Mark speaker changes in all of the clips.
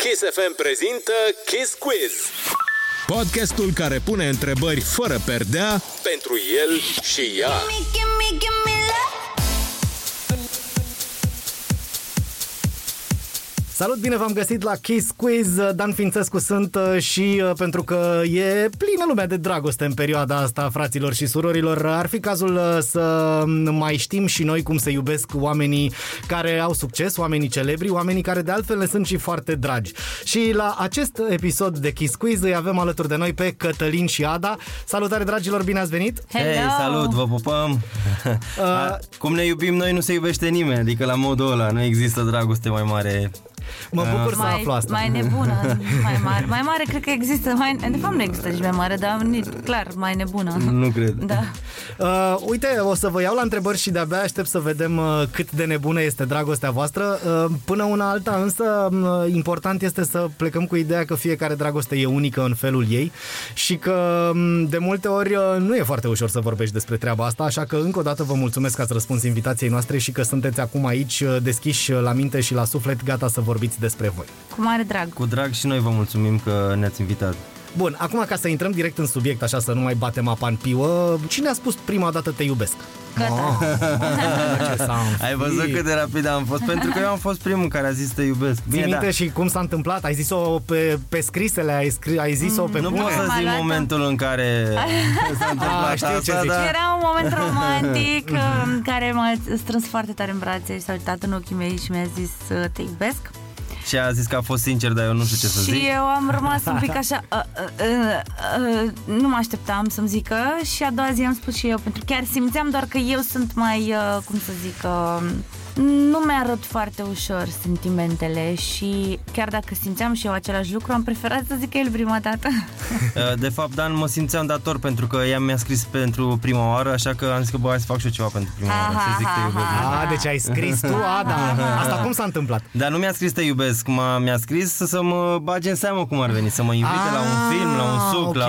Speaker 1: Kiss FM prezintă Kiss Quiz.
Speaker 2: Podcastul care pune întrebări fără perdea
Speaker 1: Pentru el și ea.
Speaker 3: Salut, bine v-am găsit la Kiss Quiz. Dan Fințescu sunt uh, și uh, pentru că e plină lumea de dragoste în perioada asta, fraților și surorilor, ar fi cazul uh, să mai știm și noi cum se iubesc oamenii care au succes, oamenii celebri, oamenii care de altfel ne sunt și foarte dragi. Și la acest episod de Kiss Quiz îi avem alături de noi pe Cătălin și Ada. Salutare, dragilor, bine ați venit!
Speaker 4: Hello.
Speaker 5: Hei, salut, vă pupăm!
Speaker 3: Uh,
Speaker 5: Cum ne iubim noi, nu se iubește nimeni, adică la modul ăla nu există dragoste mai mare.
Speaker 3: Mă bucur să
Speaker 4: Da. mai,
Speaker 3: aflu asta.
Speaker 4: mai nebună, mai mare. Mai mare cred că există, mai, de fapt nu există nici mai mare, dar nici, clar, mai nebună.
Speaker 5: Nu cred.
Speaker 4: Da.
Speaker 3: Uh, uite, o să vă iau la întrebări și de-abia aștept să vedem uh, cât de nebună este dragostea voastră. Uh, până una alta, însă, uh, important este să plecăm cu ideea că fiecare dragoste e unică în felul ei și că um, de multe ori uh, nu e foarte ușor să vorbești despre treaba asta, așa că încă o dată vă mulțumesc că ați răspuns invitației noastre și că sunteți acum aici uh, deschiși uh, la minte și la suflet, gata să vorbiți despre voi.
Speaker 4: Cu mare drag.
Speaker 5: Cu drag și noi vă mulțumim că ne-ați invitat.
Speaker 3: Bun, acum ca să intrăm direct în subiect, așa să nu mai batem apa în piuă, cine a spus prima dată te iubesc?
Speaker 4: Gata.
Speaker 3: Ce s-a
Speaker 5: Ai văzut
Speaker 3: înfipt.
Speaker 5: cât de rapid am fost? Pentru că eu am fost primul care a zis te iubesc.
Speaker 3: Ții
Speaker 5: Bine,
Speaker 3: minte
Speaker 5: da.
Speaker 3: da. și cum s-a întâmplat? Ai zis-o pe, pe scrisele, ai, scri, ai zis-o pe
Speaker 5: Mm, Nu
Speaker 3: bune?
Speaker 5: pot să
Speaker 4: Mai
Speaker 5: zic
Speaker 4: luat-o?
Speaker 5: momentul în care s-a întâmplat
Speaker 3: știu Ah, ce
Speaker 5: asta, da,
Speaker 3: zici.
Speaker 5: dar
Speaker 4: deci Era un moment romantic în care m-a strâns foarte tare în brațe și s-a uitat în ochii mei și mi-a zis "Uh, te iubesc.
Speaker 5: și a zis că a fost sincer, dar eu nu știu ce să
Speaker 4: și
Speaker 5: zic.
Speaker 4: eu am rămas un pic așa, uh, uh, uh, uh, nu mă așteptam să-mi zică și a doua zi am spus și eu, pentru că chiar simțeam doar că eu sunt mai, uh, cum să zic, uh, nu mi-arăt foarte ușor sentimentele și chiar dacă simțeam și eu același lucru, am preferat să zic el prima dată.
Speaker 5: Uh, De fapt, Dan, mă simțeam dator pentru că ea mi-a scris pentru prima oară, așa că am zis că bă, hai să fac și eu ceva pentru prima
Speaker 4: Ha,
Speaker 5: oară, să
Speaker 4: ha,
Speaker 5: zic te
Speaker 4: ha,
Speaker 5: iubesc.
Speaker 4: ha.
Speaker 3: A, deci ai scris tu, Ada. Asta cum s-a întâmplat?
Speaker 5: Dar nu mi-a scris te iubesc, m-a, mi-a scris să- să mă bage în seamă cum ar veni, să mă invite
Speaker 3: Ah,
Speaker 5: la un film, la un suc,
Speaker 3: ok,
Speaker 5: la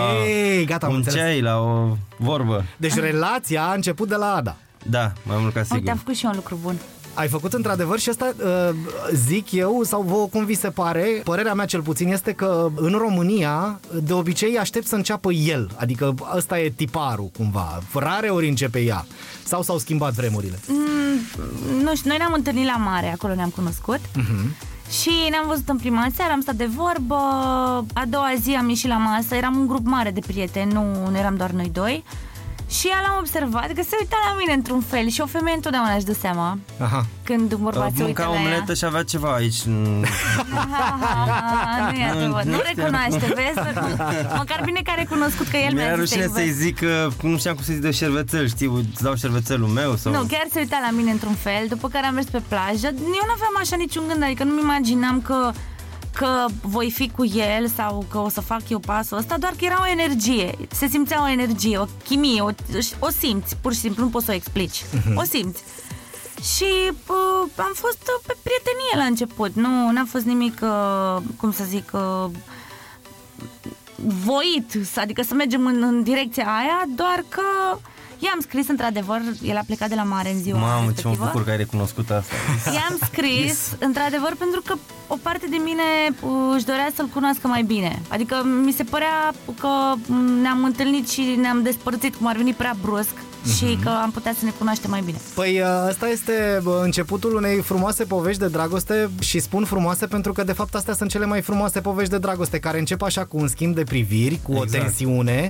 Speaker 3: gata, am
Speaker 5: un
Speaker 3: înțeles.
Speaker 5: ceai, la o vorbă.
Speaker 3: Deci relația a început de la Ada.
Speaker 5: Da, mai mult ca
Speaker 4: Uite,
Speaker 5: sigur.
Speaker 4: am făcut și eu un lucru bun.
Speaker 3: Ai făcut într-adevăr și asta, uh, zic eu, sau vouă cum vi se pare, părerea mea cel puțin este că în România, de obicei, aștept să înceapă el. Adică ăsta e tiparul, cumva. Rare ori începe ea. Sau s-au schimbat vremurile.
Speaker 4: nu știu, noi ne-am întâlnit la mare, acolo ne-am cunoscut. Și ne-am văzut în prima seară, am stat de vorbă, a doua zi am ieșit la masă, eram un grup mare de prieteni, nu, nu eram doar noi doi. Și ea l-am observat că se uita la mine într-un fel și o femeie întotdeauna își dă seama
Speaker 3: Aha.
Speaker 4: când un
Speaker 5: Uh,
Speaker 4: bărbat se uită
Speaker 5: Mânca
Speaker 4: la ea.
Speaker 5: omletă și avea ceva aici. în-
Speaker 4: Aha, nu, e adevărat. nu recunoaște, vezi? Măcar bine că a recunoscut că el
Speaker 5: Mi-era
Speaker 4: mi-a zis te
Speaker 5: rușine să-i
Speaker 4: iubesc.
Speaker 5: zic că nu știam cum să-i zic de șervețel, știi, uite, îți dau șervețelul meu sau...
Speaker 4: Nu, chiar se uita la mine într-un fel, după care am mers pe plajă. Eu nu aveam așa niciun gând, adică nu-mi imaginam că că voi fi cu el sau că o să fac eu pasul ăsta, doar că era o energie. Se simțea o energie, o chimie, o, o simți, pur și simplu, nu poți să o explici. O simți. Și uh, am fost uh, pe prietenie la început, nu n-a fost nimic, uh, cum să zic, uh, voit, adică să mergem în, în direcția aia, doar că i-am scris într-adevăr, el a plecat de la mare în ziua
Speaker 5: Mamă, ce mă
Speaker 4: respectivă.
Speaker 5: bucur că ai recunoscut asta.
Speaker 4: I-am scris, într-adevăr, pentru că o parte de mine uh, își dorea să-l cunoască mai bine. Adică mi se părea că mm, ne-am întâlnit și ne-am despărțit, cum ar veni prea brusc, și
Speaker 5: Mhm.
Speaker 4: că am putea să ne cunoaștem mai bine.
Speaker 3: Păi asta este bă, începutul unei frumoase povești de dragoste și spun frumoase pentru că de fapt astea sunt cele mai frumoase povești de dragoste care încep așa cu un schimb de priviri, cu exact. o
Speaker 5: Exact.
Speaker 3: tensiune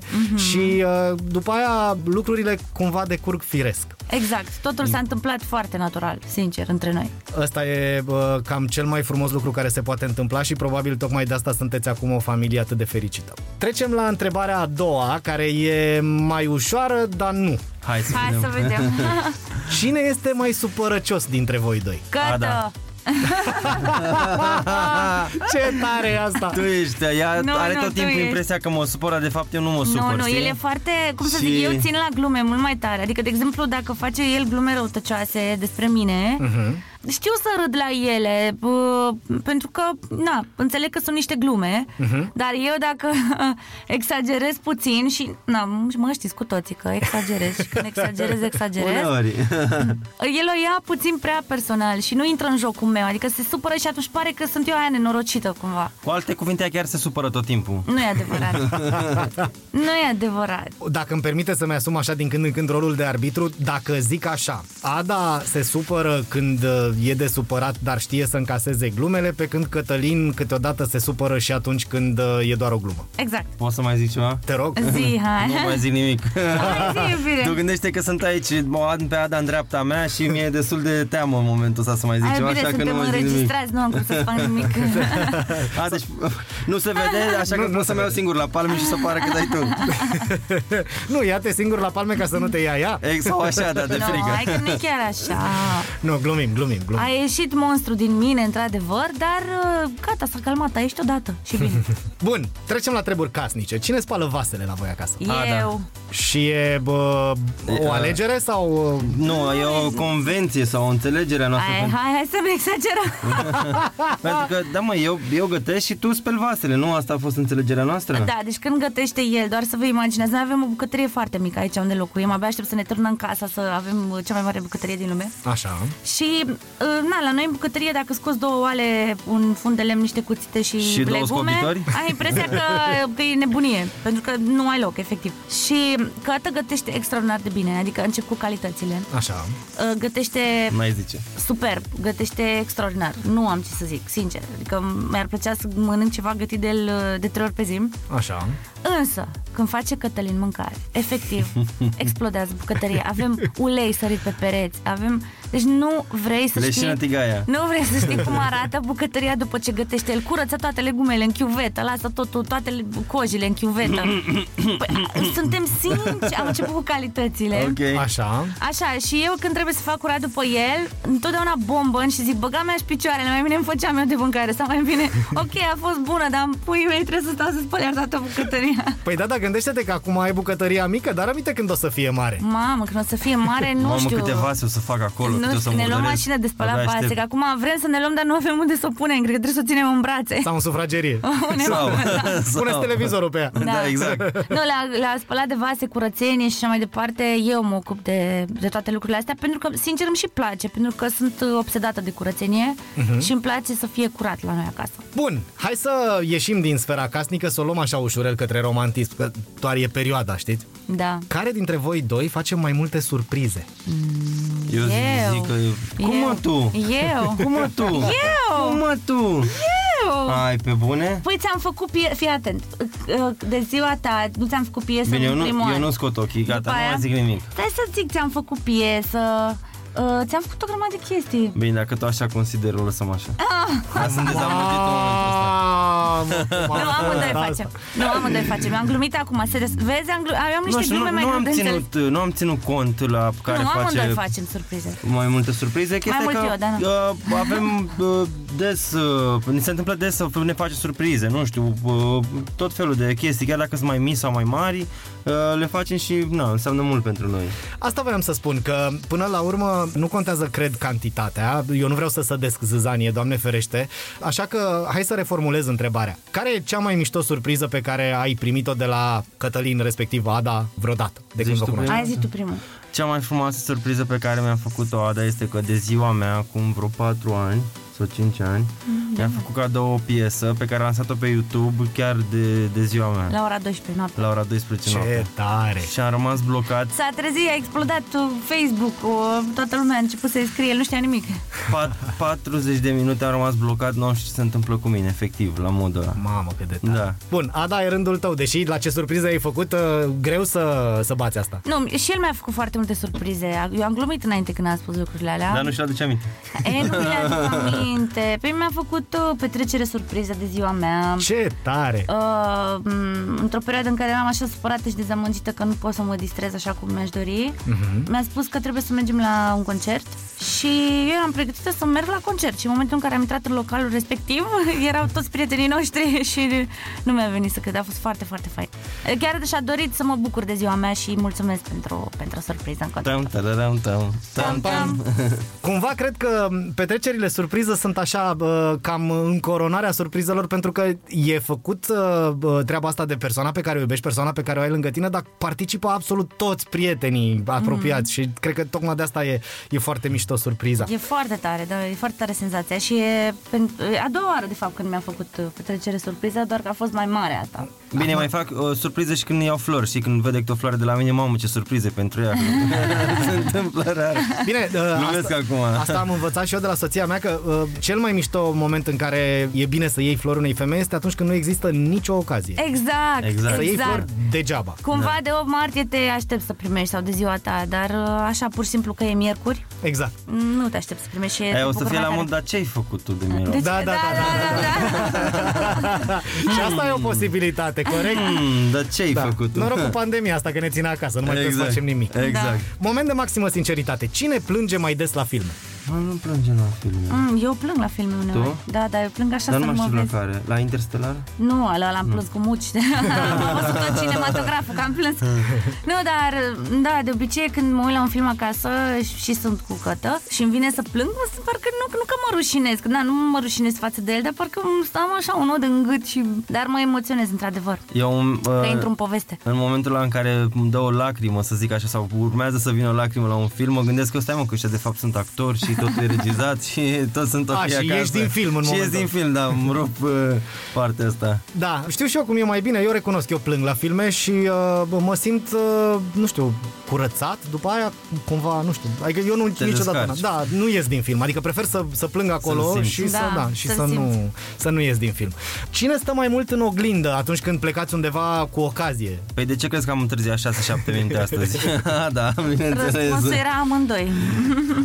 Speaker 3: și uh, după aia lucrurile cumva decurg firesc.
Speaker 4: Exact, totul
Speaker 5: Mm.
Speaker 4: s-a întâmplat foarte natural, sincer, între noi.
Speaker 3: Ăsta e bă, cam cel mai frumos lucru care se poate întâmpla și probabil tocmai de asta sunteți acum o familie atât de fericită. Trecem la întrebarea a doua, care e mai ușoară, dar nu.
Speaker 5: Hai să
Speaker 4: Hai să
Speaker 5: vedem.
Speaker 4: vedem.
Speaker 3: Cine este mai supărăcios dintre voi doi?
Speaker 4: Gata!
Speaker 5: A, da.
Speaker 3: Ce tare e asta!
Speaker 5: Tu ești, ea
Speaker 4: Nu,
Speaker 5: are
Speaker 4: nu,
Speaker 5: tot
Speaker 4: tu
Speaker 5: timpul
Speaker 4: ești.
Speaker 5: impresia că mă supără, de fapt eu nu mă supăr,
Speaker 4: nu, nu,
Speaker 5: știi?
Speaker 4: el e foarte, cum să
Speaker 5: Și-
Speaker 4: zic, eu țin
Speaker 5: Mhm.
Speaker 4: la glume mult mai tare. Adică, de exemplu, dacă face el glume răutăcioase despre mine, uh-huh. știu să râd la ele, bă, pentru că, na, înțeleg că sunt niște glume, uh-huh.
Speaker 5: Mhm.
Speaker 4: dar eu dacă exagerez puțin și, na, mă știți cu toții că exagerez și când exagerez, exagerez,
Speaker 5: Uneori.
Speaker 4: el o ia puțin prea personal și nu intră în jocul meu, adică se supără și atunci pare că sunt eu aia nenorocită cumva.
Speaker 5: Cu alte cuvinte, ea chiar se supără tot timpul.
Speaker 4: Nu e adevărat. nu e adevărat.
Speaker 3: Dacă îmi permite să-mi asum așa din când în când rolul de arbitru, dacă zic așa, Ada se supără când uh, e de supărat, dar știe să încaseze glumele, pe când Cătălin câteodată se supără și atunci când uh, e doar o glumă.
Speaker 4: Exact.
Speaker 5: Poți să mai zic ceva?
Speaker 3: Te rog?
Speaker 4: Zi, hai.
Speaker 5: Nu mai zic nimic.
Speaker 4: Hai, zi, iubire.
Speaker 5: Tu gândește că sunt aici, mă ad pe Ada în dreapta mea și mi-e destul de teamă în momentul ăsta să mai zic
Speaker 4: Ai
Speaker 5: ceva,
Speaker 4: bine,
Speaker 5: așa că nu
Speaker 4: suntem
Speaker 5: mai zic nimic.
Speaker 4: înregistrați, nu am cum să fac nimic.
Speaker 5: A, deci, nu se vede, așa că nu, să mă iau singur la palme și să pară că dai tu.
Speaker 3: nu, ia-te singur la palme ca să nu te ia ea.
Speaker 5: Ex, sau așa, da, de
Speaker 4: no,
Speaker 5: frică.
Speaker 4: hai că nu e chiar așa.
Speaker 3: Nu, glumim, glumim, glumim.
Speaker 4: A ieșit monstru din mine, într-adevor, dar uh, gata, s-a calmat, a ieșit odată și bine.
Speaker 3: Bun, trecem la treburi casnice. Cine spală vasele la voi acasă?
Speaker 5: A, da.
Speaker 4: Eu,
Speaker 3: Și e bă, o alegere sau... uh,
Speaker 5: Nu, e o convenție sau o înțelegere a noastră.
Speaker 4: hai,
Speaker 5: pentru-
Speaker 4: hai, hai să nu exagerăm.
Speaker 5: Pentru că, da mă, eu, eu gătesc și tu speli vasele, nu? Asta a fost înțelegerea noastră?
Speaker 4: Da, deci când gătește el, doar să vă imaginați, noi avem o bucătărie foarte mică aici unde locuim, abia aștept să ne turnăm casa, să avem uh, cea mai mare bucătărie din lume.
Speaker 3: Așa.
Speaker 4: Și, uh, na, la noi în bucătărie, dacă scoți două oale, un fund de lemn, niște cuțite și,
Speaker 5: Și două
Speaker 4: legume,
Speaker 5: scobitori?
Speaker 4: ai impresia că, că e nebunie, pentru că nu ai loc, efectiv. Și Cătă gătește extraordinar de bine, adică încep cu calitățile.
Speaker 3: Așa.
Speaker 4: Uh, Gătește
Speaker 5: Mai zice.
Speaker 4: superb, gătește extraordinar. Nu am ce să zic, sincer. Adică mi-ar plăcea să mănânc ceva gătit de el uh, de trei ori pe zi.
Speaker 3: Așa.
Speaker 4: Însă, când face Cătălin mâncare, efectiv, explodează bucătăria. Avem ulei sărit pe pereți, avem... Deci nu vrei să
Speaker 5: Leșină
Speaker 4: știi...
Speaker 5: tigaia.
Speaker 4: Nu vrei să știi cum arată bucătăria după ce gătește el. Curăță toate legumele în chiuvetă, lasă totul, toate le- cojile în chiuvetă. Păi, a, suntem sinceri, am început cu calitățile.
Speaker 5: Ok.
Speaker 3: Așa.
Speaker 4: Așa, și eu când trebuie să fac curat după el, întotdeauna bombă și zic, băga mea și picioarele, mai bine îmi făceam eu de mâncare, sau mai bine, ok, a fost bună, dar în puii mei trebuie să stau să spăl iar toată bucătăria.
Speaker 3: Păi da, da, gândește-te că acum ai bucătăria mică, dar aminte când o să fie mare.
Speaker 4: Mamă, când o să fie mare, nu
Speaker 5: Mamă,
Speaker 4: știu.
Speaker 5: câte vase o să fac acolo, câte
Speaker 4: nu
Speaker 5: o să
Speaker 4: știu, ne luăm
Speaker 5: murdăresc.
Speaker 4: mașină de spălat
Speaker 5: Abia aștept.
Speaker 4: vase, că acum vrem să ne luăm, dar nu avem unde să o punem, cred că trebuie să o ținem în brațe.
Speaker 3: Sau în sufragerie.
Speaker 5: Sau,
Speaker 3: Puneți
Speaker 5: Ah. sau-
Speaker 3: televizorul pe ea.
Speaker 5: Da, exact.
Speaker 4: Nu, la, la spălat de vase, curățenie și așa mai departe, eu mă ocup de, de toate lucrurile astea, pentru că, sincer, îmi și place, pentru că sunt uh, obsedată de curățenie
Speaker 5: Mhm.
Speaker 4: uh-huh. și îmi place să fie curat la noi acasă.
Speaker 3: Bun, hai să ieșim din sfera casnică, să o luăm așa ușurel către romantism, că doar e perioada, știți?
Speaker 4: Da.
Speaker 3: Care dintre voi doi face mai multe surprize?
Speaker 5: Eu zic,
Speaker 4: Eu.
Speaker 5: zic că... Cum
Speaker 4: eu,
Speaker 5: mă tu?
Speaker 4: Eu.
Speaker 5: Cum mă tu? Cum
Speaker 4: Eu.
Speaker 5: mă tu?
Speaker 4: Eu.
Speaker 5: Ai, pe bune?
Speaker 4: Păi ți-am făcut pie... Fii atent. De ziua ta nu ți-am făcut piesă
Speaker 5: Bine, eu
Speaker 4: în
Speaker 5: nu,
Speaker 4: primul
Speaker 5: eu
Speaker 4: an.
Speaker 5: nu scot ochii,
Speaker 4: După
Speaker 5: gata, nu
Speaker 4: aia-
Speaker 5: mai zic nimic.
Speaker 4: Stai să zic, ți-am făcut piesă, uh, ți-am făcut o grămadă de chestii.
Speaker 5: Bine, dacă tu așa consideri, o lăsăm așa. Ah. Sunt dezamăgit în momentul ăsta.
Speaker 3: Mamă, cum
Speaker 4: Nu, amândoi facem. Nu, amândoi facem. am glumit acum, serios. Vezi, am, glu- am niște
Speaker 5: Nu știu,
Speaker 4: glume
Speaker 5: nu,
Speaker 4: mai
Speaker 5: nu,
Speaker 4: greu
Speaker 5: am
Speaker 4: de înțeles.
Speaker 5: ținut, nu am ținut cont la care
Speaker 4: nu,
Speaker 5: face,
Speaker 4: amândoi facem surprize.
Speaker 5: mai multe surprize. Chestia
Speaker 4: mult
Speaker 5: că
Speaker 4: eu, da, nu.
Speaker 5: uh, avem uh, des, uh, ni se întâmplă des să ne face surprize, nu știu, uh, tot felul de chestii, chiar dacă sunt mai mici sau mai mari, uh, le facem și, na, înseamnă mult pentru noi.
Speaker 3: Asta voiam să spun, că până la urmă nu contează, cred, cantitatea. Eu nu vreau să sădesc zâzanie, doamne ferește. Așa că hai să reformulez întrebarea. Care e cea mai mișto surpriză pe care ai primit-o de la Cătălin, respectiv Ada, vreodată, de când vă
Speaker 5: Zici tu
Speaker 3: cunoaște?
Speaker 5: prima?
Speaker 4: Hai zi tu primul.
Speaker 5: Cea mai frumoasă surpriză pe care mi-a făcut-o Ada este că de ziua mea, acum vreo 4 ani sau 5 ani,
Speaker 4: Mhm.
Speaker 5: mi-a făcut cadou o piesă pe care a lansat-o pe YouTube chiar de, de ziua mea, la,
Speaker 4: La ora 12 noapte.
Speaker 5: la ora 12
Speaker 3: Ce
Speaker 5: noapte.
Speaker 3: tare!
Speaker 5: Și am rămas blocat
Speaker 4: S-a trezit, a explodat uh, Facebook-ul, uh, toată lumea a început să-i scrie, el nu știa nimic.
Speaker 5: Pat- 40 de minute am rămas blocat, nu știu ce se întâmplă cu mine, efectiv, la modul ăla.
Speaker 3: Mamă, cât de tare.
Speaker 5: Da.
Speaker 3: Bun, Ada, e rândul tău, deși la ce surpriză ai făcut, uh, greu să, să bați asta.
Speaker 4: Nu, și el mi-a făcut foarte multe surprize. Eu am glumit înainte când am spus lucrurile alea.
Speaker 5: Dar nu și aduce aminte.
Speaker 4: E, nu mi le aduc aminte. Păi mi-a făcut făcut o petrecere surpriză de ziua mea.
Speaker 3: Ce tare!
Speaker 4: Uh, m- într-o perioadă în care eram așa supărată și dezamăgită că nu pot să mă distrez așa cum mi-aș dori,
Speaker 5: Mhm.
Speaker 4: uh-huh. mi-a spus că trebuie să mergem la un concert și eu eram pregătită să merg la concert și în momentul în care am intrat în localul respectiv, erau toți prietenii noștri și nu mi-a venit să cred, a fost foarte, foarte fain. Chiar și-a dorit să mă bucur de ziua mea și mulțumesc pentru, pentru surpriză în concert.
Speaker 5: Tam, tararam, tam, tam, tam.
Speaker 3: Cumva cred că petrecerile surpriză sunt așa bă, cam în coronarea surprizelor pentru că e făcut uh, bă, treaba asta de persoana pe care o iubești, persoana pe care o ai lângă tine, dar participă absolut toți prietenii apropiați mm. și cred că tocmai de asta e, e foarte mișto surpriza.
Speaker 4: E foarte tare, da, e foarte tare senzația și e pen- e a doua oară, de fapt, când mi-am făcut uh, petrecere surpriză, doar că a fost mai mare a ta.
Speaker 5: Bine, mai fac o surpriză și când iau flori și când vede câte o floare de la mine, mamă, ce surprize pentru ea. Se întâmplă rar.
Speaker 3: Bine, uh,
Speaker 5: Glumesc
Speaker 3: asta,
Speaker 5: acum.
Speaker 3: asta am învățat și eu de la soția mea că uh, cel mai mișto moment în care e bine să iei flori unei femei este atunci când nu există nicio ocazie.
Speaker 4: Exact,
Speaker 5: Exact.
Speaker 4: exact.
Speaker 3: Să iei flori degeaba.
Speaker 4: Cumva da. de 8 martie te aștept să primești sau de ziua ta, dar uh, așa pur și simplu că e miercuri,
Speaker 3: Exact.
Speaker 4: nu te aștept să primești și
Speaker 5: Aia
Speaker 4: te
Speaker 5: o să
Speaker 4: bucur
Speaker 5: fie
Speaker 4: mai
Speaker 5: la
Speaker 4: tare.
Speaker 5: mod, dar ce ai făcut tu de miro?
Speaker 4: Deci,
Speaker 3: Da, da, da, da,
Speaker 4: da, da, da.
Speaker 3: Și asta e o posibilitate, corect?
Speaker 5: Hmm, dar ce ai
Speaker 3: Da.
Speaker 5: făcut tu?
Speaker 3: Noroc cu pandemia asta că ne ține acasă, nu mai exact.
Speaker 5: Exact.
Speaker 3: trebuie să facem nimic.
Speaker 5: Exact.
Speaker 3: Moment de maximă sinceritate. Cine plânge mai des la filme?
Speaker 4: Da.
Speaker 5: Mă, nu plângem la filme.
Speaker 4: Mm, eu plâng la filme uneori.
Speaker 5: Tu?
Speaker 4: Da, da, eu plâng așa
Speaker 5: Dar nu
Speaker 4: să nu
Speaker 5: mai
Speaker 4: mă
Speaker 5: știu la
Speaker 4: vezi.
Speaker 5: care. La Interstellar?
Speaker 4: Nu, ăla l-am plâns cu muci. am văzut tot cinematograful, că am plâns. Nu, dar, da, de obicei când mă uit la un film acasă și- și sunt cu cătă și îmi vine să plâng, mă simt parcă nu, nu că mă rușinesc. Da, nu mă rușinesc față de el, dar parcă îmi am așa un nod în gât și... Dar mă emoționez, într-adevăr.
Speaker 5: Eu, um,
Speaker 4: Că
Speaker 5: uh,
Speaker 4: intru în poveste.
Speaker 5: în momentul ăla în care îmi dă o lacrimă, să zic așa, sau urmează să vină o lacrimă la un film, mă gândesc că stai mă, că ăștia de fapt sunt actori și tot e regizat și tot sunt ok
Speaker 3: A, și
Speaker 5: acasă.
Speaker 3: ieși din film în
Speaker 5: Și ieși
Speaker 3: momentul
Speaker 5: din film, da, îmi rup uh, partea asta.
Speaker 3: Da, știu și eu cum e mai bine, eu recunosc, eu plâng la filme și uh, bă, mă simt, uh, nu știu, curățat după aia, cumva, nu știu, adică eu nu
Speaker 5: Te
Speaker 3: niciodată,
Speaker 5: descarci.
Speaker 3: da, nu ies din film, adică prefer să, să plâng acolo
Speaker 5: simți.
Speaker 3: și, să,
Speaker 4: Da,
Speaker 3: da, și
Speaker 4: să-l
Speaker 3: să, nu,
Speaker 4: simți.
Speaker 3: să nu ies din film. Cine stă mai mult în oglindă atunci când plecați undeva cu ocazie?
Speaker 5: Păi de ce crezi că am întârziat 6-7 minute astăzi? Ah, da, bineînțeles.
Speaker 4: Răspunsul era amândoi.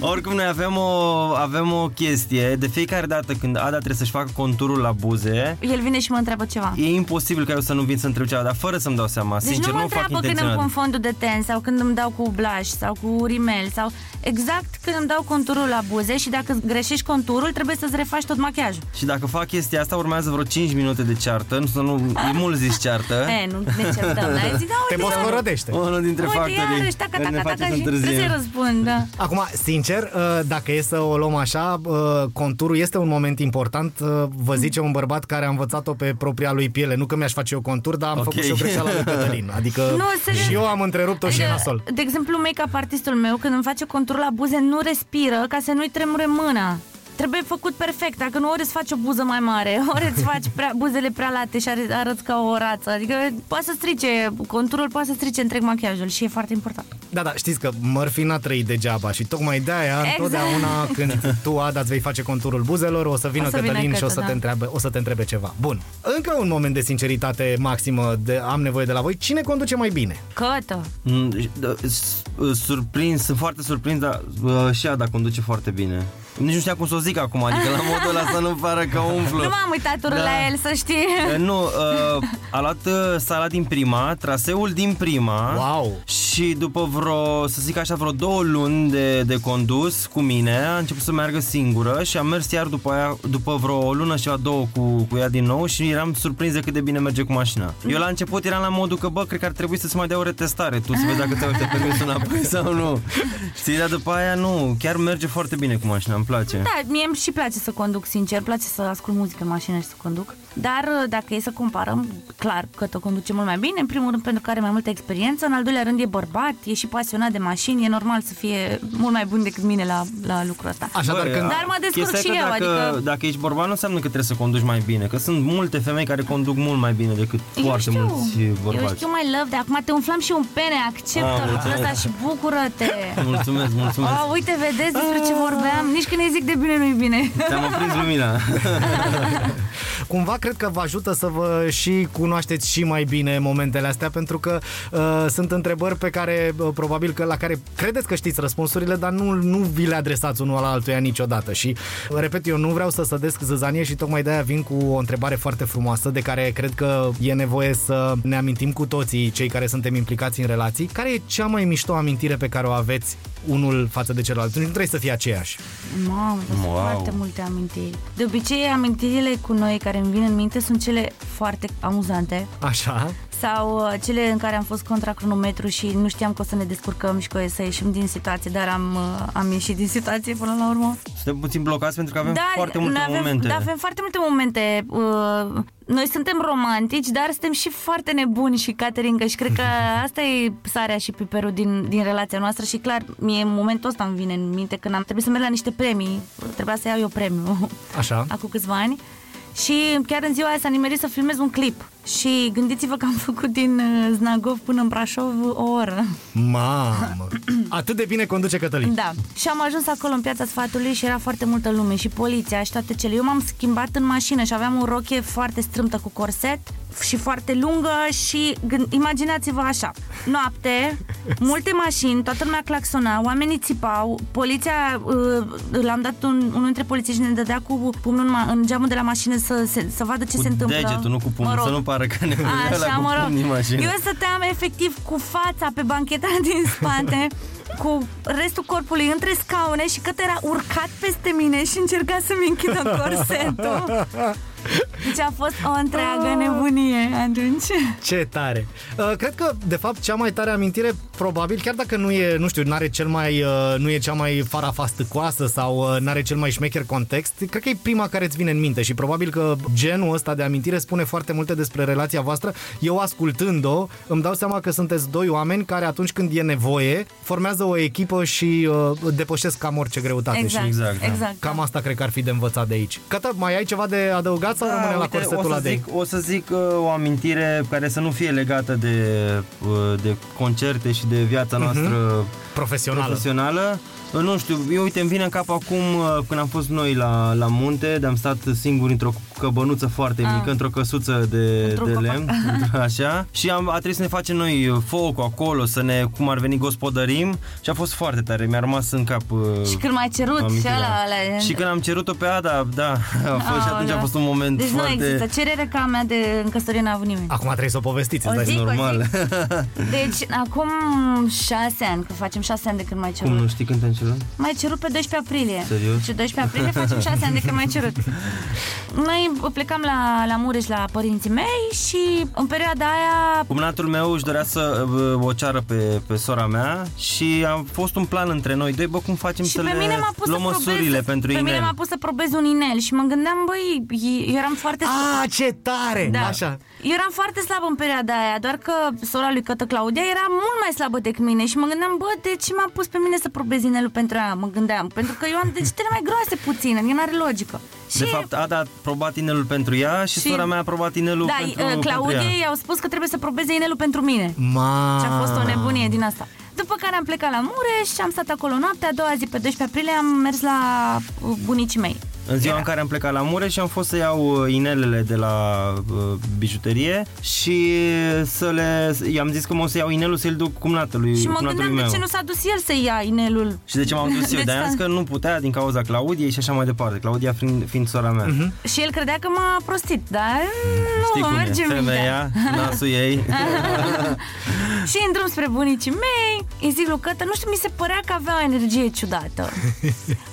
Speaker 5: Oricum, noi avem o, avem o chestie. De fiecare dată când Ada trebuie să-și facă conturul la buze,
Speaker 4: El vine și mă întreabă ceva.
Speaker 5: e imposibil ca eu să nu vin să întreb ceva, dar fără să-mi dau seama.
Speaker 4: Deci
Speaker 5: Sincer,
Speaker 4: nu mă
Speaker 5: fac
Speaker 4: întreabă când îmi
Speaker 5: intenționat.
Speaker 4: pun fondul de ten sau când îmi dau cu blush sau cu rimel sau exact când îmi dau conturul la buze și dacă greșești conturul trebuie să-ți refaci tot machiajul.
Speaker 5: Și dacă fac chestia asta, urmează vreo 5 minute de ceartă. Nu, să nu, e mult zis ceartă.
Speaker 4: E, nu ne certăm, dar zic, da,
Speaker 3: Te
Speaker 4: uite,
Speaker 3: moscorodește.
Speaker 5: Da? Unul dintre
Speaker 4: uite,
Speaker 5: factorii
Speaker 4: iarăși, taca,
Speaker 5: care ne
Speaker 4: taca,
Speaker 5: face
Speaker 4: taca
Speaker 5: să
Speaker 4: și trebuie să-i
Speaker 5: întârziem.
Speaker 4: răspund, da.
Speaker 3: Acum, sincer, uh, dacă e să o luăm așa, uh, conturul este un moment important. Uh, Vă zice un bărbat care a învățat-o pe propria lui piele. Nu că mi-aș face eu contur, dar am
Speaker 5: Ok.
Speaker 3: okay. făcut și eu greșeala lui Cătălin. Adică
Speaker 4: Nu, serios. Adică-
Speaker 3: și eu am întrerupt-o și e nasol.
Speaker 4: de exemplu, make-up artistul meu, când îmi face contur la buze, nu respiră ca să nu-i tremure mâna. Trebuie făcut perfect, dacă nu ori îți faci o buză mai mare, ori îți faci prea, buzele prea late și ar- arăți ca o rață. Adică poate să strice, conturul poate să strice întreg machiajul și e foarte important.
Speaker 3: Da, da, știți că Murphy n-a trăit degeaba și tocmai de-aia
Speaker 4: Exact.
Speaker 3: întotdeauna când tu, Ada, îți vei face conturul buzelor, o să vină
Speaker 4: O să vină
Speaker 3: Cătălin și o
Speaker 4: Cătă,
Speaker 3: să, te
Speaker 4: da.
Speaker 3: întrebe, o să te întrebe ceva. Bun. Încă un moment de sinceritate maximă de am nevoie de la voi. Cine conduce mai bine?
Speaker 4: Cătă!
Speaker 5: Mm, și- da, s- Surprins, sunt foarte surprins, dar uh, și Ada conduce foarte bine. Nici nu știam cum să o zic acum, adică la modul ăla să nu pară că umflu.
Speaker 4: Nu m-am uitat urât
Speaker 5: Da.
Speaker 4: la el, să știi.
Speaker 5: Uh, Nu, uh, a luat uh, sala din prima, traseul din prima
Speaker 3: Wow!
Speaker 5: și după vreo, să zic așa, vreo două luni de, de condus cu mine, a început să meargă singură și am mers iar după, aia, după vreo o lună și la două cu, cu ea din nou și eram surprins de cât de bine merge cu mașina. Eu la început eram la modul că, bă, cred că ar trebui să-ți mai dea o retestare, tu să vezi dacă ți-au ăștia permisul înapoi sau nu. Știi, dar după aia nu, chiar merge foarte bine cu mașina, îmi place.
Speaker 4: Da, mie îmi și place să conduc, sincer, place să ascult muzică în mașină și să conduc. Dar uh, dacă e să comparăm, clar că te conduce mult mai bine, în primul rând pentru că are mai multă experiență, în al doilea rând e bărbat, e și pasionat de mașini, e normal să fie mult mai bun decât mine la, la lucrul ăsta.
Speaker 3: Așadar,
Speaker 5: Băi,
Speaker 3: când...
Speaker 4: Dar mă descurc
Speaker 5: chestia e
Speaker 4: și
Speaker 5: că
Speaker 4: eu,
Speaker 5: dacă,
Speaker 4: adică-
Speaker 5: Dacă ești bărbat, nu înseamnă că trebuie să conduci mai bine, că sunt multe femei care conduc mult mai bine decât foarte
Speaker 4: eu
Speaker 5: mulți
Speaker 4: știu, eu
Speaker 5: bărbați.
Speaker 4: știu mai love, de acum te umflam și un pene,
Speaker 5: Ah,
Speaker 4: acceptă lucrul
Speaker 5: mulțumesc.
Speaker 4: ăsta și bucură-te.
Speaker 5: Mulțumesc, mulțumesc.
Speaker 4: Oh, uite, vedeți despre ce vorbeam? Nici când îi zic de bine, nu-i bine.
Speaker 5: Te-am aprins lumina.
Speaker 3: Cumva cred că vă ajută să vă și cunoașteți și mai bine momentele astea, pentru că uh, sunt întrebări pe care, uh, probabil că la care credeți că știți răspunsurile, dar nu, nu vi le adresați unul la altuia niciodată. Și, repet, eu nu vreau să sădesc zăzanie și tocmai de-aia vin cu o întrebare foarte frumoasă, de care cred că e nevoie să ne amintim cu toții cei care suntem implicați în relații. Care e cea mai mișto amintire pe care o aveți unul față de celălalt? Nu trebuie să fie aceeași.
Speaker 4: Mamă, wow. sunt
Speaker 5: Wow.
Speaker 4: foarte multe amintiri. De obicei, amintirile cu noi care îmi vin în minte sunt cele foarte amuzante
Speaker 3: Așa?
Speaker 4: sau uh, cele în care am fost contra cronometru și nu știam că o să ne descurcăm și că o să ieșim din situație, dar am, uh, am ieșit din situație până la urmă.
Speaker 5: Suntem puțin blocați pentru că avem
Speaker 4: da,
Speaker 5: foarte multe
Speaker 4: noi avem,
Speaker 5: momente.
Speaker 4: Da, avem foarte multe momente. Uh, noi suntem romantici, dar suntem și foarte nebuni și cateringă și cred că asta e sarea și piperul din, din relația noastră și clar, mie în momentul ăsta îmi vine în minte când am trebuit să merg la niște premii, trebuia să iau eu premiu
Speaker 3: Așa.
Speaker 5: Da.
Speaker 4: acum câțiva ani și chiar în ziua aia s-a nimerit să filmez un clip și gândiți-vă că am făcut din uh, Znagov până în Brașov o oră.
Speaker 3: Mamă! Atât de bine conduce Cătălin.
Speaker 4: Da. Și am ajuns acolo în piața sfatului și era foarte multă lume și poliția și toate cele. Eu m-am schimbat în mașină și aveam o rochie foarte strâmtă cu corset și foarte lungă și gând, imaginați-vă așa, noapte, multe mașini, toată lumea claxona, oamenii țipau, poliția, uh, l-am dat un, unul dintre polițiști ne dădea cu pumnul în, ma- în geamul de la mașină să, să, să vadă ce
Speaker 5: cu
Speaker 4: se întâmplă.
Speaker 5: degetul, nu cu
Speaker 4: Mă
Speaker 5: pumnul,
Speaker 4: rog.
Speaker 5: să nu pară că ne vedea
Speaker 4: Așa,
Speaker 5: la cu
Speaker 4: mă
Speaker 5: pumnii în
Speaker 4: rog.
Speaker 5: mașină.
Speaker 4: Eu stăteam efectiv cu fața pe bancheta din spate, cu restul corpului între scaune și cât era urcat peste mine și încerca să-mi închidă corsetul. Deci a fost o întreagă nebunie atunci.
Speaker 3: Ce tare! Uh, Cred că, de fapt, cea mai tare amintire, probabil, chiar dacă nu e, nu știu, n-are cel mai, uh, nu e cea mai farafastăcoasă sau uh, n-are cel mai șmecher context, cred că e prima care îți vine în minte și probabil că genul ăsta de amintire spune foarte multe despre relația voastră. Eu, ascultând-o, îmi dau seama că sunteți doi oameni care, atunci când e nevoie, formează o echipă și uh, depășesc cam orice greutate.
Speaker 4: Exact,
Speaker 3: Și
Speaker 5: exact, da.
Speaker 4: exact.
Speaker 3: cam asta cred că ar fi de învățat de aici. Cătă, mai ai ceva de adăugat sau rămâne la
Speaker 5: Da, uite,
Speaker 3: corsetul
Speaker 5: o
Speaker 3: ăla
Speaker 5: să
Speaker 3: de...
Speaker 5: zic, O să zic uh, o amintire care să nu fie legată de, uh, de concerte și de viața
Speaker 3: Mhm.
Speaker 5: noastră
Speaker 3: Profesională.
Speaker 5: profesională. Uh, Nu știu, eu uite, îmi vine în cap acum uh, când am fost noi la, la munte, de am stat singur într-o căbănuță foarte
Speaker 4: Ah.
Speaker 5: mică, într-o căsuță de,
Speaker 4: Într-un
Speaker 5: de
Speaker 4: copac.
Speaker 5: lemn, într- așa, și am, a trebuit să ne facem noi uh, focul acolo, să ne, cum ar veni, gospodărim și a fost foarte tare, mi-a rămas în cap uh,
Speaker 4: Și când m-ai cerut și
Speaker 5: amintirea.
Speaker 4: ăla, ăla
Speaker 5: da. Și când am cerut-o pe Ada, da, a fost, și atunci a
Speaker 4: Aoleu.
Speaker 5: fost un moment
Speaker 4: Deci
Speaker 5: foarte...
Speaker 4: nu există. Cerere ca a mea de în căsătorie n-a avut nimeni.
Speaker 3: Acum trebuie să o povestiți, îți dai
Speaker 4: Zic, o
Speaker 5: normal.
Speaker 4: Deci, acum șase ani, că facem șase ani de când m-ai cerut.
Speaker 5: Cum nu știi când te-am cerut?
Speaker 4: Mai cerut pe 12 aprilie.
Speaker 5: Serios?
Speaker 4: Și 12 aprilie facem 6 ani de când mai cerut. Noi plecam la, la Mureș la părinții mei și în perioada aia
Speaker 5: Cumnatul meu își dorea să uh, o ceară pe, pe sora mea și a fost un plan între noi doi, bă, cum facem
Speaker 4: și
Speaker 5: să
Speaker 4: pe
Speaker 5: le
Speaker 4: mine m-a pus
Speaker 5: luăm
Speaker 4: să
Speaker 5: măsurile
Speaker 4: probez,
Speaker 5: pentru
Speaker 4: pe
Speaker 5: inel.
Speaker 4: mine m-a pus să probez un inel și mă gândeam, băi, eu eram foarte
Speaker 3: A, ce tare!
Speaker 4: Da.
Speaker 3: Așa.
Speaker 4: Eu eram foarte slabă în perioada aia, doar că sora lui Cătă Claudia era mult mai slabă decât mine și mă gândeam, bă, de ce m-a pus pe mine să probez inelul pentru aia? Mă gândeam, pentru că eu am degetele mai groase puțin, adică n-are logică. Și
Speaker 5: De fapt, Ada a probat inelul pentru ea și,
Speaker 4: Și-
Speaker 5: sora mea a probat inelul
Speaker 4: da,
Speaker 5: pentru,
Speaker 4: uh,
Speaker 5: pentru
Speaker 4: Claudiei
Speaker 5: ea.
Speaker 4: i-au spus că trebuie să probeze inelul pentru mine.
Speaker 3: Ma.
Speaker 4: Și a
Speaker 5: Ah.
Speaker 4: fost o nebunie din asta. După care am plecat la Mureș și am stat acolo noaptea, a doua zi pe 12 aprilie am mers la uh, bunicii mei.
Speaker 5: În ziua în care am plecat la Mureș și am fost să iau uh, inelele de la uh, bijuterie și să le... I-am zis că mă o să iau inelul să-l duc cumnatului,
Speaker 4: Și mă
Speaker 5: cumnatului
Speaker 4: gândeam
Speaker 5: meu.
Speaker 4: de ce nu s-a dus el să ia inelul.
Speaker 5: Și de ce m-am dus eu?
Speaker 4: Deci
Speaker 5: de
Speaker 4: s-a-
Speaker 5: că nu putea din cauza Claudiei și așa mai departe. Claudia fiind, fiind sora mea. Mm-hmm.
Speaker 4: Și el credea că m-a prostit, dar nu mă merge mintea.
Speaker 5: Femeia, nasul ei.
Speaker 4: Și în drum spre bunicii mei, îi zic lui Cătă, nu știu, mi se părea că avea o energie ciudată.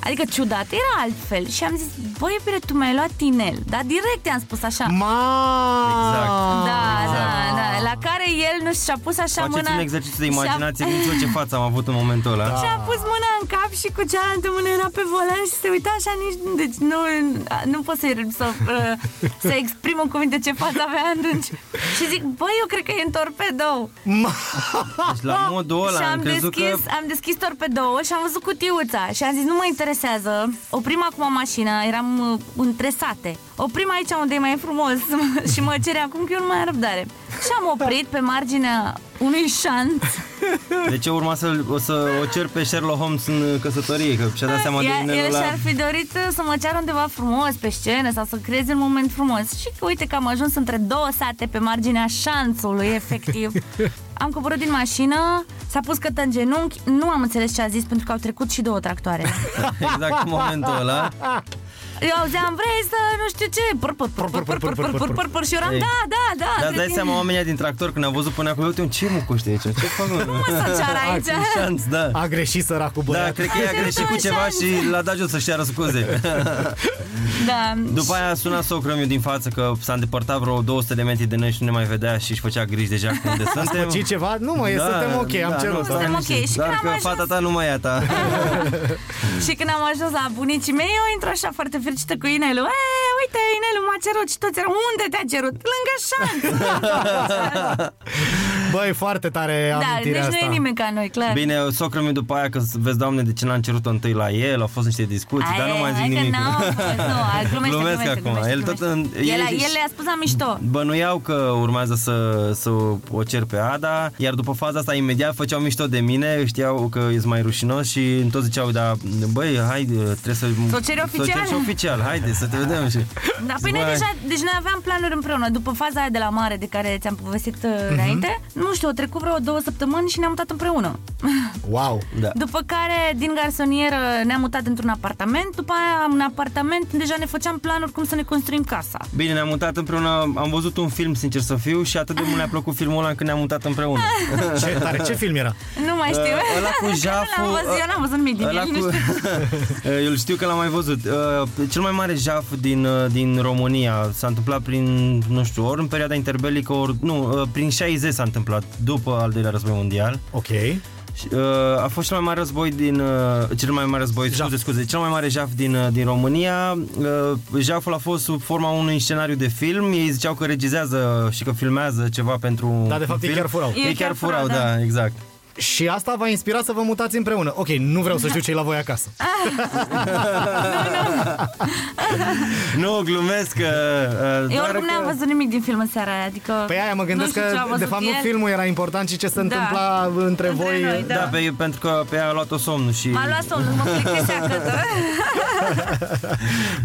Speaker 4: Adică ciudată, era altfel. Și am zis, băi, iubire, tu mi-ai luat inel. Dar direct i-am spus așa.
Speaker 3: Ma.
Speaker 5: Exact.
Speaker 4: Da,
Speaker 5: Exact.
Speaker 4: da, da. La care el nu știu, și-a pus așa
Speaker 5: Faceți
Speaker 4: mâna...
Speaker 5: un exercițiu de
Speaker 4: și-a-
Speaker 5: imaginație, gândiți-vă ce față am avut în momentul ăla. Da.
Speaker 4: Și-a pus mâna în cap și cu cealaltă mână era pe volan și se uita așa nici... Deci nu, nu pot să, să, uh, să exprim în cuvinte ce față avea atunci. Și zic, băi, eu cred că e în torpedo.
Speaker 3: Ma.
Speaker 5: Deci la modul ăla
Speaker 4: și am
Speaker 5: am crezut
Speaker 4: deschis,
Speaker 5: că...
Speaker 4: am deschis torpedoul și am văzut cutiuța și am zis, nu mă interesează, oprim acum mașina, eram uh, între sate. Oprim aici unde e mai frumos și mă cere acum că eu nu mai am răbdare. Și am oprit pe marginea unui șanț.
Speaker 5: De ce Deci urma să, o să o cer pe Sherlock Holmes în căsătorie? Că și-a dat seama de
Speaker 4: Ea,
Speaker 5: inelul
Speaker 4: el
Speaker 5: ăla.
Speaker 4: și-ar fi dorit uh, să mă ceară undeva frumos pe scenă sau să creeze un moment frumos. Și că, uite că am ajuns între două sate pe marginea șanțului, efectiv. Am coborât din mașină, s-a pus cătă în genunchi, nu am înțeles ce a zis pentru că au trecut și două tractoare.
Speaker 5: Exact în momentul ăla.
Speaker 4: Eu auzeam, vrei să nu știu ce, pur, pur, pur, pur, pur, pur, pur, pur, pur, pur, și eu eram,
Speaker 5: Ei.
Speaker 4: da, da, da.
Speaker 5: Dar îți
Speaker 4: între
Speaker 5: dai
Speaker 4: timp.
Speaker 5: seama oamenii din tractor când au văzut până acolo, uite, ce mucoște aici? Ce fac mă?
Speaker 4: Mă să ceară aici.
Speaker 5: Un șanț, da.
Speaker 3: A greșit săracul
Speaker 5: Da,
Speaker 3: băiat.
Speaker 5: cred că i-a greșit cu ceva și l-a dat jos să-și ceară scuze.
Speaker 4: Da.
Speaker 5: După aia a sunat socrul meu din față că s-a îndepărtat vreo 200 de metri de noi și nu ne mai vedea și își făcea griji deja cum de suntem.
Speaker 3: Și ceva? Nu mă, e, Păi, suntem ok, am cerut.
Speaker 5: Da, nu, da.
Speaker 4: Suntem
Speaker 5: nu
Speaker 4: ok.
Speaker 5: știu.
Speaker 4: Și
Speaker 5: Doar
Speaker 4: când am
Speaker 5: că
Speaker 4: ajuns-
Speaker 5: fata ta nu mai e a ta.
Speaker 4: Și când am ajuns la bunicii mei, eu intru așa foarte fericită cu Inelu. E, uite, Inelu m-a cerut și toți erau, unde te-a cerut? Lângă șanț.
Speaker 3: Băi, foarte tare
Speaker 4: da, deci
Speaker 3: amintirea
Speaker 4: nu
Speaker 3: asta.
Speaker 4: e nimeni ca noi, clar.
Speaker 5: Bine, socrul meu după aia că vezi, doamne, de ce n-am cerut-o întâi la el, au fost niște discuții, dar nu mai zic
Speaker 4: hai că
Speaker 5: nimic.
Speaker 4: n-au fost, nu, a-
Speaker 5: Glumesc
Speaker 4: glumește, glumește,
Speaker 5: acum.
Speaker 4: glumește,
Speaker 5: El tot
Speaker 4: glumește.
Speaker 5: în-
Speaker 4: el,
Speaker 5: el-
Speaker 4: el le-a spus la mișto.
Speaker 5: Bănuiau că urmează să, să o cer pe Ada, iar după faza asta imediat făceau mișto de mine, știau că e mai rușinos și toți ziceau, da, băi, hai, trebuie să...
Speaker 4: Să o ceri
Speaker 5: Să
Speaker 4: oficial."
Speaker 5: ceri și oficial, haide, să te vedem și...
Speaker 4: Da, păi noi
Speaker 5: Băi.
Speaker 4: deja, deci noi aveam planuri împreună După faza aia de la mare de care ți-am povestit uh,
Speaker 5: Mhm.
Speaker 4: înainte Nu știu, au trecut vreo două săptămâni și ne-am mutat împreună
Speaker 3: Wow.
Speaker 5: Da.
Speaker 4: După care, din garsonieră, ne-am mutat într-un apartament După aia, în apartament, deja ne făceam planuri cum să ne construim casa
Speaker 5: Bine, ne-am mutat împreună, am văzut un film, sincer să fiu, și atât de mult ne-a plăcut filmul ăla încât ne-am mutat împreună. Da.
Speaker 3: Ce tare, ce film era?
Speaker 4: Nu mai știu
Speaker 5: Uh, ăla cu
Speaker 4: Nu
Speaker 5: jaful,
Speaker 4: l-am văzut, eu n-am văzut nimic din
Speaker 5: Ăla
Speaker 4: el
Speaker 5: cu... Eu știu că l-am mai văzut. Uh, Cel mai mare jaf din, uh, din România s-a întâmplat prin, nu știu, ori în perioada interbelică, ori... Nu, uh, prin 60 s-a întâmplat, după al doilea război mondial.
Speaker 3: Ok.
Speaker 5: Și, uh, A fost cel mai mare război din... uh, Cel mai mare război, scuze, scuze, cel mai mare jaf din, uh, din România. Uh, Jaful a fost sub forma unui scenariu de film. Ei ziceau că regizează și că filmează ceva pentru
Speaker 3: Dar, Da, de fapt,
Speaker 5: un
Speaker 3: ei
Speaker 5: film.
Speaker 3: chiar furau.
Speaker 5: Ei chiar furau, da, exact.
Speaker 3: Și asta v-a inspirat să vă mutați împreună. Ok, nu vreau să știu ce la voi acasă.
Speaker 5: Nu, glumesc că... uh,
Speaker 4: Eu
Speaker 5: doar
Speaker 4: oricum
Speaker 5: că-
Speaker 4: n-am văzut nimic din filmul seara aia, adică...
Speaker 3: Păi aia mă gândesc
Speaker 4: nu știu ce a
Speaker 3: că, de
Speaker 4: văzut
Speaker 3: fapt, nu
Speaker 4: el.
Speaker 3: filmul era important, ci ce se întâmpla între
Speaker 4: Între
Speaker 3: voi.
Speaker 4: noi, da.
Speaker 5: Da, pe, pentru că pe ea a luat-o somnul și...
Speaker 4: M-a luat somnul, mă plictisea că...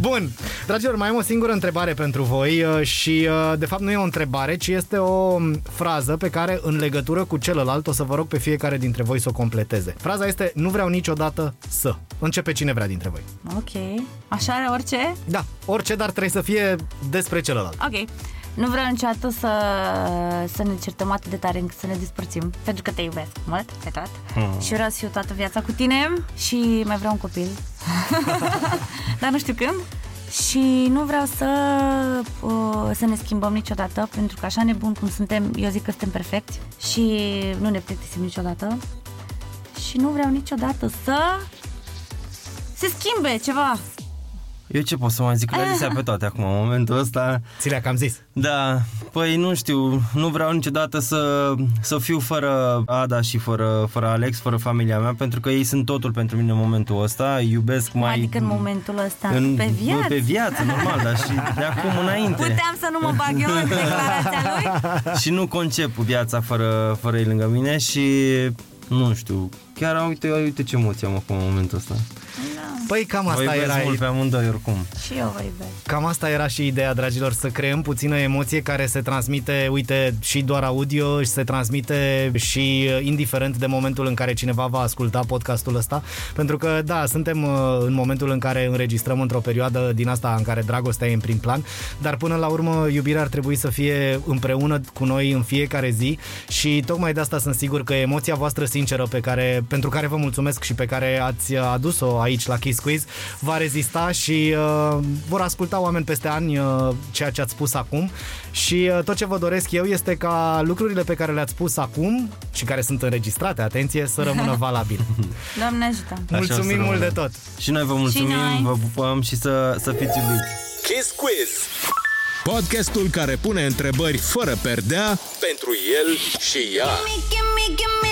Speaker 3: Bun, dragilor, mai am o singură întrebare pentru voi uh, și uh, de fapt nu e o întrebare, ci este o mm, frază pe care în legătură cu celălalt o să vă rog pe fiecare dintre voi să o completeze. Fraza este nu vreau niciodată să. Începe cine vrea dintre voi.
Speaker 4: Ok, așa are orice?
Speaker 3: Da, orice, dar trebuie să fie despre celălalt.
Speaker 4: Ok. Nu vreau niciodată să, să ne certăm atât de tare încât să ne despărțim, pentru că te iubesc mult, pe tot. Hmm. Și vreau să fiu toată viața cu tine și mai vreau un copil. Dar nu știu când. Și nu vreau să, uh, să ne schimbăm niciodată, pentru că așa nebun cum suntem, eu zic că suntem perfecti și nu ne plictisim niciodată. Și nu vreau niciodată să se schimbe ceva.
Speaker 5: Eu ce pot să mai zic? Le-a zis ea pe toate acum, în momentul ăsta.
Speaker 3: Ți le-a cam zis.
Speaker 4: Ah.
Speaker 5: Da, păi nu știu, nu vreau niciodată să, să fiu fără Ada și fără, fără Alex, fără familia mea, pentru că ei sunt totul pentru mine în momentul ăsta, iubesc mai...
Speaker 4: Adică în momentul ăsta, în, pe viață.
Speaker 5: Pe viață, normal, dar și de acum înainte.
Speaker 4: Puteam să nu mă bag eu în declarația lui?
Speaker 5: și nu concep viața fără, fără ei lângă mine și nu știu, chiar uite, uite ce emoție am acum în momentul ăsta.
Speaker 3: Păi cam
Speaker 5: Vă
Speaker 3: asta
Speaker 5: iubesc
Speaker 3: era
Speaker 5: mult pe amândoi oricum.
Speaker 4: Și eu vă iubesc.
Speaker 3: Cam asta era și ideea, dragilor, să creăm puțină emoție care se transmite, uite, și doar audio, și se transmite și uh, indiferent de momentul în care cineva va asculta podcastul ăsta, pentru că, da, suntem uh, în momentul în care înregistrăm într-o perioadă din asta în care dragostea e în prim plan, dar până la urmă iubirea ar trebui să fie împreună cu noi în fiecare zi și tocmai de asta sunt sigur că emoția voastră sinceră pe care, pentru care vă mulțumesc și pe care ați uh, adus-o aici la Kiss Quiz va rezista și uh, vor asculta oameni peste ani uh, ceea ce ați spus acum și uh, tot ce vă doresc eu este ca lucrurile pe care le-ați spus acum și care sunt înregistrate, atenție, să rămână valabile.
Speaker 4: Doamne ajută.
Speaker 5: Așa o să
Speaker 3: Mulțumim mult
Speaker 5: rămână.
Speaker 3: de tot!
Speaker 5: Și noi vă mulțumim,
Speaker 4: noi.
Speaker 5: vă pupăm și să, să fiți iubiți.
Speaker 1: Kiss Quiz.
Speaker 2: Podcastul care pune întrebări fără perdea
Speaker 1: Pentru el și ea.
Speaker 6: Gimme, gimme, gimme